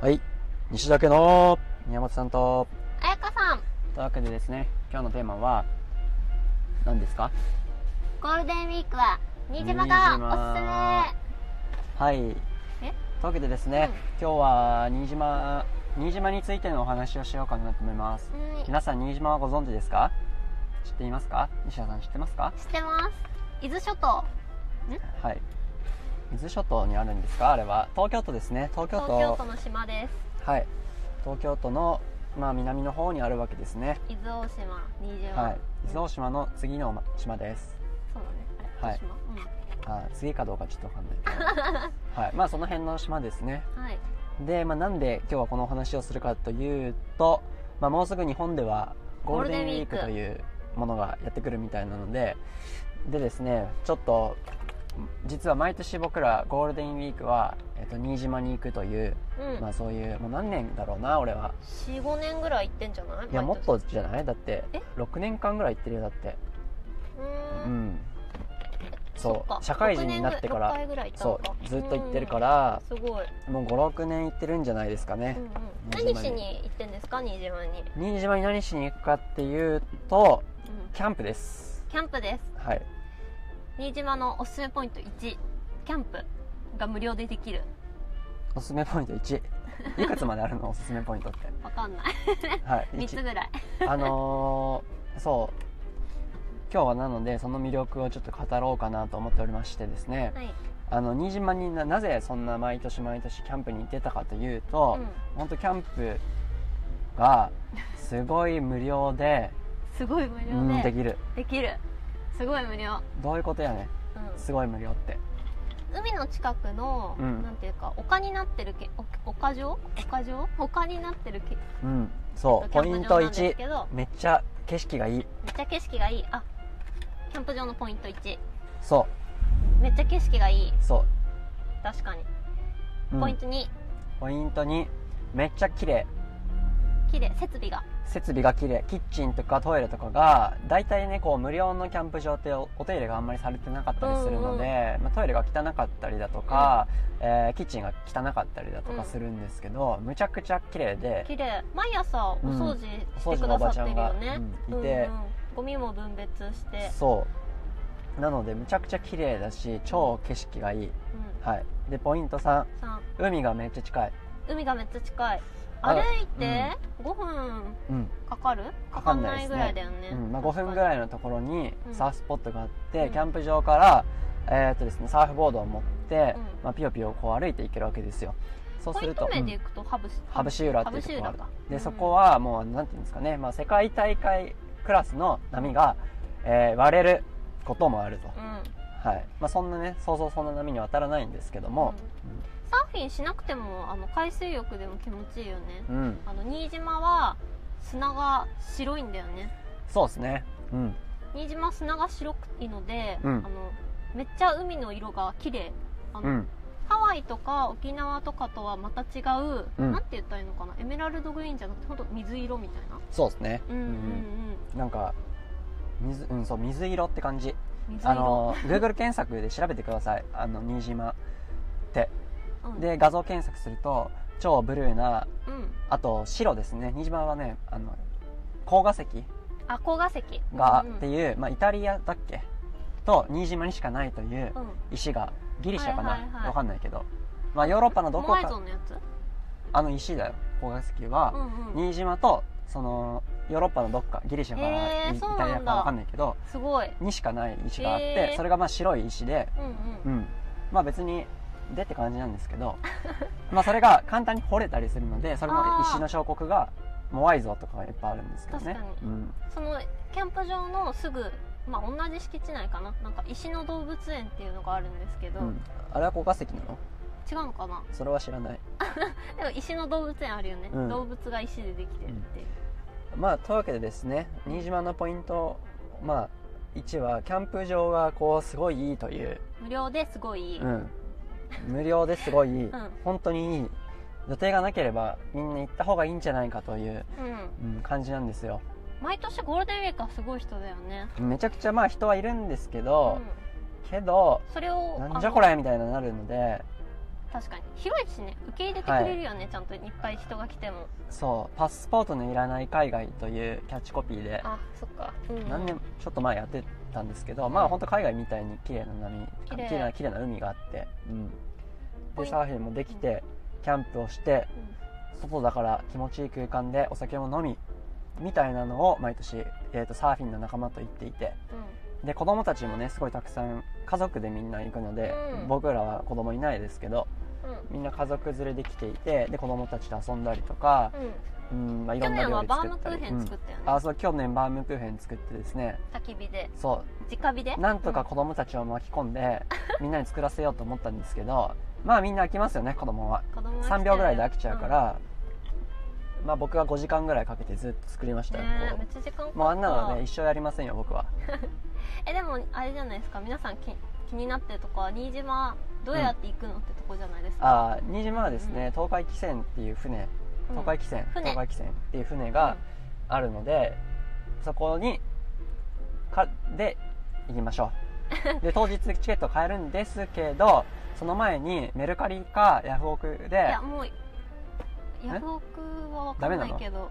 はい西田家の宮本さんとあやかさんというわけでですね今日のテーマは何ですかゴールデンウィークは新島新が島おすはいというすめえわけでですね、今日は新島新島についてのお話をしようかなと思いますうん皆さん新島はご存知ですか知っていますか西田さん知ってますか知ってます伊豆諸島はい伊豆諸島にあるんですかあれは東京都ですね東京東都京都の島ではい東京都のまあ南の方にあるわけですねす伊豆大島新島、はい伊豆大島の次のま島ですそうだねあれ、はい大島あ次かどうかちょっとわかんないけど はいまあその辺の島ですねうんはいで、まあ、なんで今日はこのお話をするかというと、まあ、もうすぐ日本ではゴールデンウィークゴーとルデいうものがやってくるみたいなのででですねちょっと実は毎年僕らゴールデンウィークは、えっと、新島に行くという、うん、まあ、そういうもう何年だろうな俺は45年ぐらい行ってんじゃないいやも毎っ年とじゃないだってえ6年間ぐらい行ってるよだってうーうんんそっそかう社会人になってか6ら回ぐらい行ったそのかうずっと行ってるかうんらすごい、もう56年行ってるんじゃないですかねうんうん、新島に何しに行ってんですか新島に、うん、新島に何しに行くかっていうとキャンプですキャンプですはい新島のおすすめポイント1キャンプが無料でできるおすすめポイント1 いくつまであるのおすすめポイントってわかんないはい3つ1ぐらいあのーそう今日はなのでその魅力をちょっと語ろうかなと思っておりましてですねはい、あの新島にななぜそんな毎年毎年キャンプに行ってたかというと、うん、本当キャンプがすごい無料ですごい無う料んでできるできるすごい無料、どういうことやねうすごい無料ってん、海の近くの、うんなんていうか丘になってるけお丘上丘上丘になってるけうんそうキャポンイプン場トなんです1けどめっちゃ景色がいいめっちゃ景色がいいあキャンプ場のポイント1そめっちゃ景色がいいうそ確かにう、うんポイント2ポイント2めっちゃ綺麗綺麗設備が設備が綺麗キッチンとかトイレとかが大体ねこう無料のキャンプ場っておお手入れがあんまりされてなかったりするので、まあ、トイレが汚かったりだとか、えーキッチンが汚かったりだとかするんですけど、むちゃくちゃ綺麗で綺麗毎朝お掃除しお掃て除くのおばださってちゃるんよが、ね、うんいてうん、うんゴミも分別して、そうなのでむちゃくちゃ綺麗だし超景色がいい、うはい、でポイント3ん、さ海がめっちゃ近い、海がめっちゃ近いあ歩いて5分うんかかるかかかかんんななでいすねいぐらいだよね、うんまあ、5分ぐいらいのところにうんサーフスポットがあって、うんキャンプ場から、えーっとですね、サーフボードを持って、うんまあ、ピヨピヨこう歩いていけるわけですよそうポすイるンとト名うんでいくとハブシ羽生浦っていうところがあるハブシ浦かでうんそこはもうなんていうんですかね、まあ、世界大会クラスの波が、えー割れることもあると、うん、はいまあ、そんなねそうそうそんな波には当たらないんですけども、サーフィンしなくてもあの海水浴でも気持ちいいよね、うんあの新島は砂が白いんだよねそうですねうん新島は砂が白いので、うんあのめっちゃ海の色が綺麗あうの、んハワイとか沖縄とかとはまた違う、うんなんて言ったらいいのかなエメラルドグリーンじゃなくてほんと水色みたいなそうですね、うんうんなんか水,、うん、そう水色って感じうん水色あの Google 検索で調べてくださいあの新島うん、で画像検索すると超ブルーなうん、あと白ですね新島はねあの高画石あ高岩石が、うんっていう、まあ、イタリアだっけと新島にしかないといううん石がギリシャかな、はいはいはいわかんないけど、まあ、ヨーロッパのどこモアイ像かのやつあの石だよ高画石うは、んうん新島とそのヨーロッパのどこかギリシャかな、へーイイそうなんタだリアかわかんないけどすごいにしかない石があって、へーそれがまあ白い石でうんうんうん、まあ別にでって感じなんですけ どまあそれが簡単に掘れたりするのでそれの石の彫刻がモアイ像とかがいっぱいあるんですけどね確かうにん、そのキャンプ場のすぐまあ同じ敷地内かななんか石の動物園っていうのがあるんですけど、うんあれは高化石なの違うのかなそれは知らないでも石の動物園あるよね、うん動物が石でできてるっていう、まあというわけでですね新島のポイントまあ1はキャンプ場がこうすごいいいという、無料ですごいいい、ううんん、無料ですごい いい、ん本当にいい予定がなければみんな行った方がいいんじゃないかという、うん感じなんですよ毎年ゴールデンウィークはすごい人だよね、めちゃくちゃまあ人はいるんですけうど、ん、けどそれをなんじゃこあれみたいになるのでの確かに広いしね受け入れてくれるよね、ちゃんといっぱい人が来てもそう「パスポートのいらない海外」というキャッチコピーであそっか、うん、何年ちょっと前やってたんですけど、まうあん本当海外みたいに綺麗な波綺麗綺麗な綺麗な海があって、うん、ポイでンサーフィンもできてキャンプをしてうん外だから気持ちいい空間でお酒も飲みみたいなのを毎年、えー、とサーフィンの仲間と行っていてで子供たちもねすごいたくさん家族でみんな行くので、うん僕らは子供いないですけどうんうんみんな家族連れで来ていてで子供たちと遊んだりとか、うんまあ、い去ろんな年料は理バ作ームっクたりーヘン作ったよねう、んあそう去年バームクーヘン作ってですね焚き火でそ直火でうなんとか子供たちを巻き込ん で、みんなに作らせようと思ったんですけどまあみんな飽きますよね子供は子供が来た3秒ぐらいで飽きちゃうか、ら、まあ僕は5時間ぐらいかけてずっと作りましうんたよ、ねえこめっちゃ時間かかっうたもうあんなのはね一生やりませんよ僕はえでもあれじゃないですか皆さんき気になってるとか新島どうやって行くのってとこじゃないですか、あー新島はですね東海汽船っていう船うん東海汽船、船東海汽船っていう船があるので、そこにかで行きましょ うで当日チケット買えるんですけどその前にメルカリかヤフオクいでやもうヤフオクは分かんないけど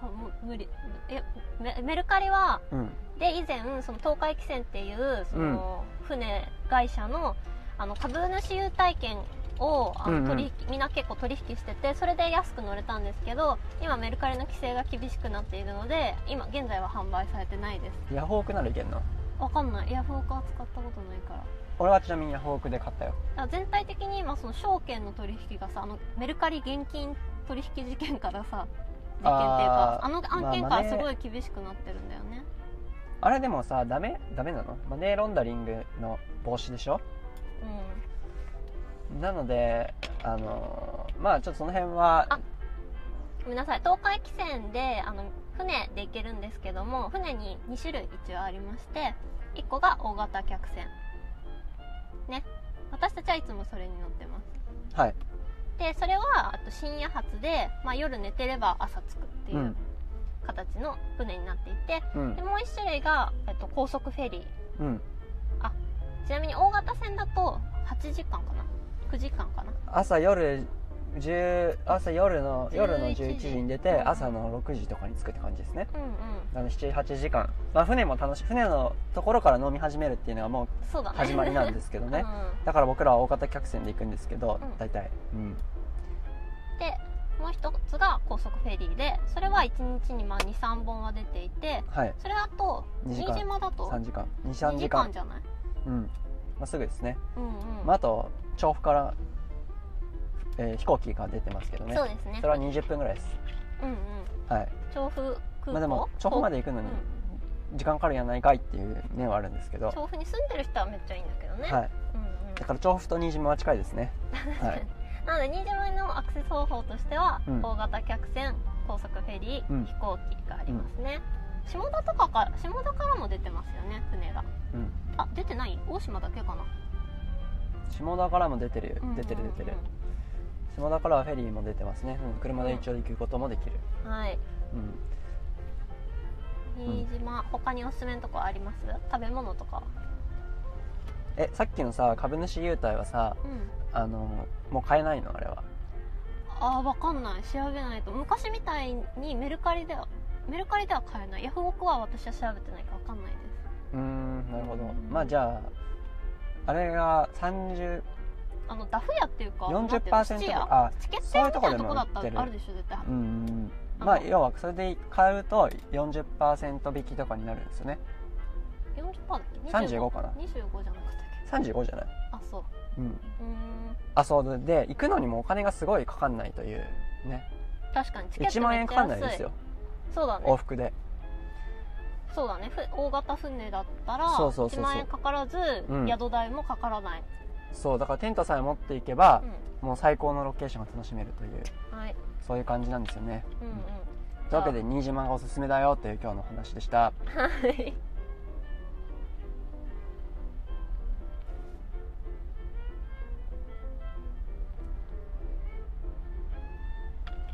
多分もう無理えメメルカリはうんで以前その東海汽船っていうその船会社の,、あの株主優待券をあうんうんの取引、みんな結構取引しててそれで安く乗れたんですけど今メルカリの規制が厳しくなっているので今現在は販売されてないですヤフオクならいけんの分かんないヤフオクは使ったことないから俺はちなみにヤフオクで買ったよだから全体的に今その証券の取引がさあのメルカリ現金取引事件からさ事件っていうあかーあの案件まあかまあねらすごい厳しくなってるんだよね,、あれでもさダメダメなのマネーロンダリングの防止でしょなのであのーまあちょっとその辺はあうんごめんなさい東海汽船であの船で行けるんですけども船に2種類一応ありまして1個が大型客船ね私たちはいつもそれに乗ってますはいでそれはあと深夜発で、まあ、夜寝てれば朝着くっていう形の船になっていて、うんでもう1種類が、えっと、高速フェリーうんちなみに大型船だと8時間かな9時間かな朝夜10朝夜の11夜の11時に出てうん朝の6時とかに着くって感じですねうんうんなので78時間、まあ、船も楽しい船のところから飲み始めるっていうのがもうそうだね始まりなんですけど ねうだから僕らは大型客船で行くんですけど、うん大体、うん、ん、でもう一つが高速フェリーでそれは1日にまあ23本は出ていてはいそれだと2時新間島だと3時間23 2時時間間じゃないうんまあ、すぐですね、うんうん、まあ、あと調布から、えー飛行機が出てますけどねそうですねそれは20分ぐらいですうんうんはい、調布空港、まあ、でも調布まで行くのに時間かかるやないかいっていう面はあるんですけど、うん調布に住んでる人はめっちゃいいんだけどね、はいうんうん、だから調布と新島は近いですね。はい。 なので新島のアクセス方法としては、うん大型客船高速フェリー、うん飛行機がありますね、下田とかから下田からも出てますよね船がうん。あ出てない大島だけかな下田からも出てるうんうんう、ん出てる、出てる。下田からはフェリーも出てますね。うん、車で一応行くこともできる。はいうん。新島、他におすすめのとこあります食べ物とかえ、さっきのさ、株主優待はさ、うんあの、もう買えないのあれは。あーわかんない調べないと昔みたいにメルカリではメルカリでは買えないヤフオクは私は調べてないからわかんないでうーん、なるほどうん。まあじゃあ、あれが30、すあのダフ屋っていうかなんていう40%のと質屋か、あ、チケットそう屋いうみとたこいなでとこもだ売ったってるらあるでしょ絶対うんうんうん。あのまあ要はそれで買うと40%引きとかになるんですよね。 40%だっけ35かな25じゃなかったっけ35じゃないあそううん。うーんあそうで行くのにもお金がすごいかかんないというね確かにチケット1万円めっちかかゃんないですよ安いそうだ往ね復でそうだねふ大型船だったらそうそうそうそう1万円かからず、うん宿代もかからない、そうだからテントさえ持っていけばう、もう最高のロケーションが楽しめるといううん、はいそういう感じなんですよねうんうんというわけで新島がおすすめだよという今日のお話でしたはい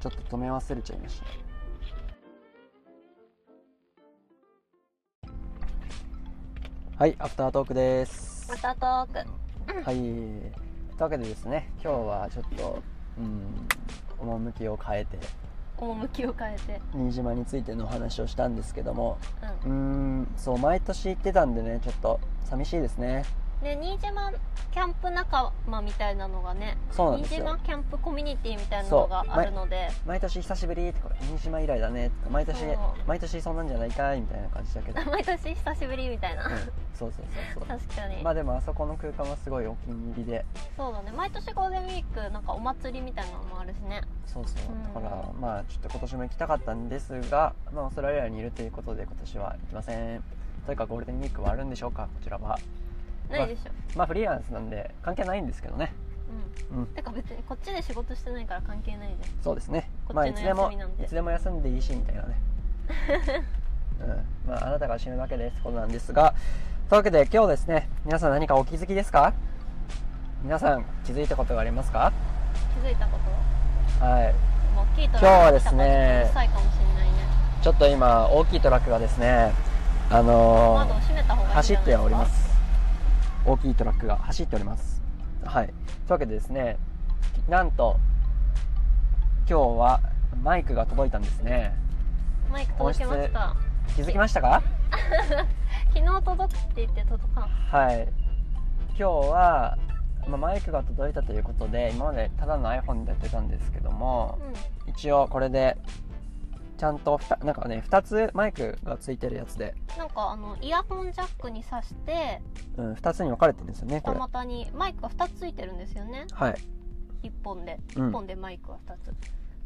ちょっと止め忘れちゃいましたはいアフタートークですまたトークはいというわけでですね今日はちょっとうん趣を変えて趣を変えて新島についてのお話をしたんですけどもううーんそう毎年行ってたんでねちょっと寂しいですねんね新島キャンプ仲間みたいなのがねそうなん新ですよ島キャンプコミュニティみたいなのがあるので毎年久しぶりってこれ新島以来だねとか毎年そう毎年そんなんじゃないかいみたいな感じだ 、けど、うん毎年久しぶりみたいなそうそうそうそ確かに、うまあでもあそこの空間はすごいお気に入りでそうだね毎年ゴールデンウィークなんかお祭りみたいなのもあるしねそうそううんだからまあちょっと今年も行きたかったんですが、まあ、オーストラリアにいるということで今年は行きませんというかゴールデンウィークはあるんでしょうかこちらはないでしょ、まあフリーランスなんで関係ないんですけどねうん、うんてか別にこっちで仕事してないから関係ないですそうですねこまあっちいつので休もみなんでいつでも休んでいいしみたいな ね、うんまあ、あなたが死ぬだけですことなんですがというわけで今日ですね皆さん何かお気づきですか皆さん気づいたことがありますか気づいたことはいもう聞いた今ら日はですねうるさいかもしれないねちょっと今大きいトラックがですねあのー窓を閉めた方がいいん走じゃっないてですかおります大きいトラックが走っておりますはいというわけでですねなんと今日はマイクが届いたんですねマイク届けました気づきましたか昨日届くって言って届かんはい今日は、まあ、マイクが届いたということで今までただの iPhone でやってたんですけどもう一応これでちゃんとふたなんかね2つマイクがついてるやつで、んなんかあのイヤホンジャックに挿してうん、2つに分かれてるんですよねこ二れ股にマイクが2つついてるんですよねはい、 1本でう1ん、本でマイクは2つ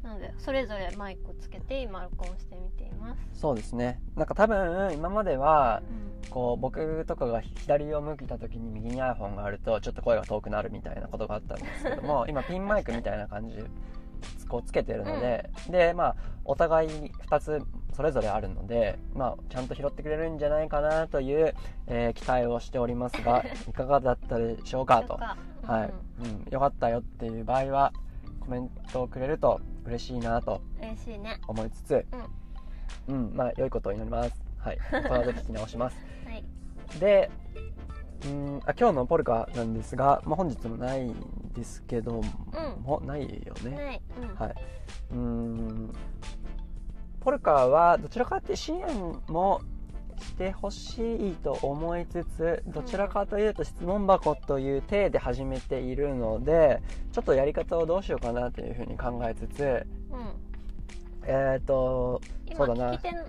なのでそれぞれマイクつけて今録音してみていますそうですねなんか多分今まではこう僕とかが左を向いた時に右に iPhone があるとちょっと声が遠くなるみたいなことがあったんですけど も今ピンマイクみたいな感じでこうつけてるので、でまあお互い2つそれぞれあるので、まあ、ちゃんと拾ってくれるんじゃないかなという、えー期待をしております がいかがだったでしょうかと、はういうん、よかったよっていう場合はコメントをくれると嬉しいなとん、嬉しいね思いつつ、うんまあ良いことを祈ります。 はい、この後聞き直しますはいでうんあ今日のポルカなんですが、まあ、本日もないんですけども、ないよね、はい、うんはいうんポルカはどちらかって支援もしてほしいと思いつつどちらかというと質問箱という体で始めているのでちょっとやり方をどうしようかなというふうに考えつつうん、えっ、と今そうだな聞き手の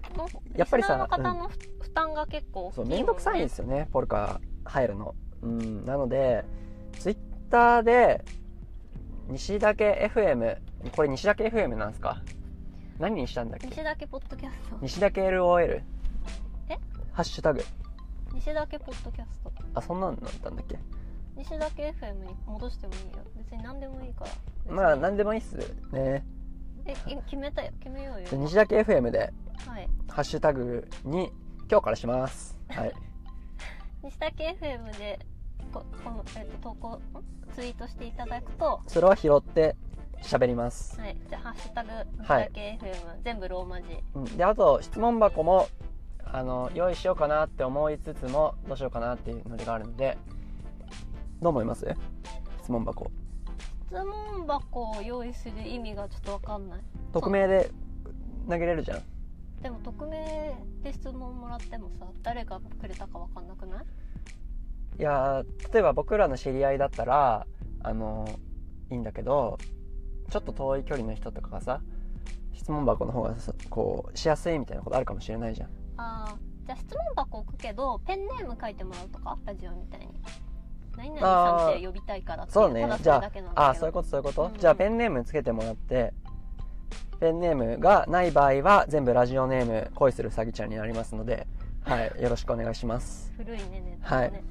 やっぱりさリスナーの方のふ負担が結構そ大うきいもんねめんどくさいんですよねポルカ入るの、うん、なのでツイッターで西岳 FM これ西岳 FM なんですか何にしたんだっけ西だけポッドキャスト西岳 LOL えハッシュタグ西だけポッドキャストあそんなんだったんだっけ西だけ FM に戻してもいいよ別に何でもいいから別にまあ何でもいいっすねえい決めたよ決めようよで西岳 FM ではいハッシュタグに今日からしますはい西だけ FM でここの、えっと投稿んツイートしていただくとそれは拾って喋ります、はいじゃあハッシュタグ西はいだけ FM、全部ローマ字うん、であと質問箱もあの用意しようかなって思いつつもどうしようかなっていうノリがあるのでどう思います質問箱質問箱を用意する意味がちょっとわかんない匿名で投げれるじゃんでも匿名で質問もらってもさ誰がくれたかわかんなくないいやー例えば僕らの知り合いだったらあのいいんだけどちょっと遠い距離の人とかがさ質問箱の方がさこうしやすいみたいなことあるかもしれないじゃんあーじゃあ質問箱置くけどペンネーム書いてもらうとかラジオみたいに何々さんって呼びたいからっていそうねただそれだけなんだけどああそういうことそういうこと、うんじゃあペンネームつけてもらってペンネームがない場合は全部ラジオネーム恋するうさぎちゃんになりますので、はい、よろしくお願いします古いねネタがね、はい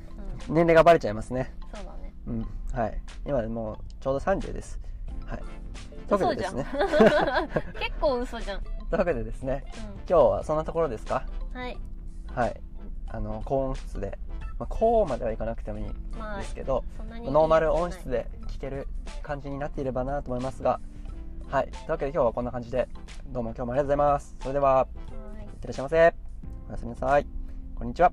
うん、年齢がバレちゃいますねそうだねうんはい今でもうちょうど30ですはいというわ嘘けでじでゃすん、 ね結構嘘じゃん、というわけでですね今日はそんなところですかうん、はいはいあの高音質で、まあ、高音まではいかなくてもいいんまあですけど、そんなにノーマル音質で聴ける感じになっていればなと思いますがはいというわけで今日はこんな感じでどうも今日もありがとうございますそれでははいいってらっしゃいませおやすみなさいこんにちは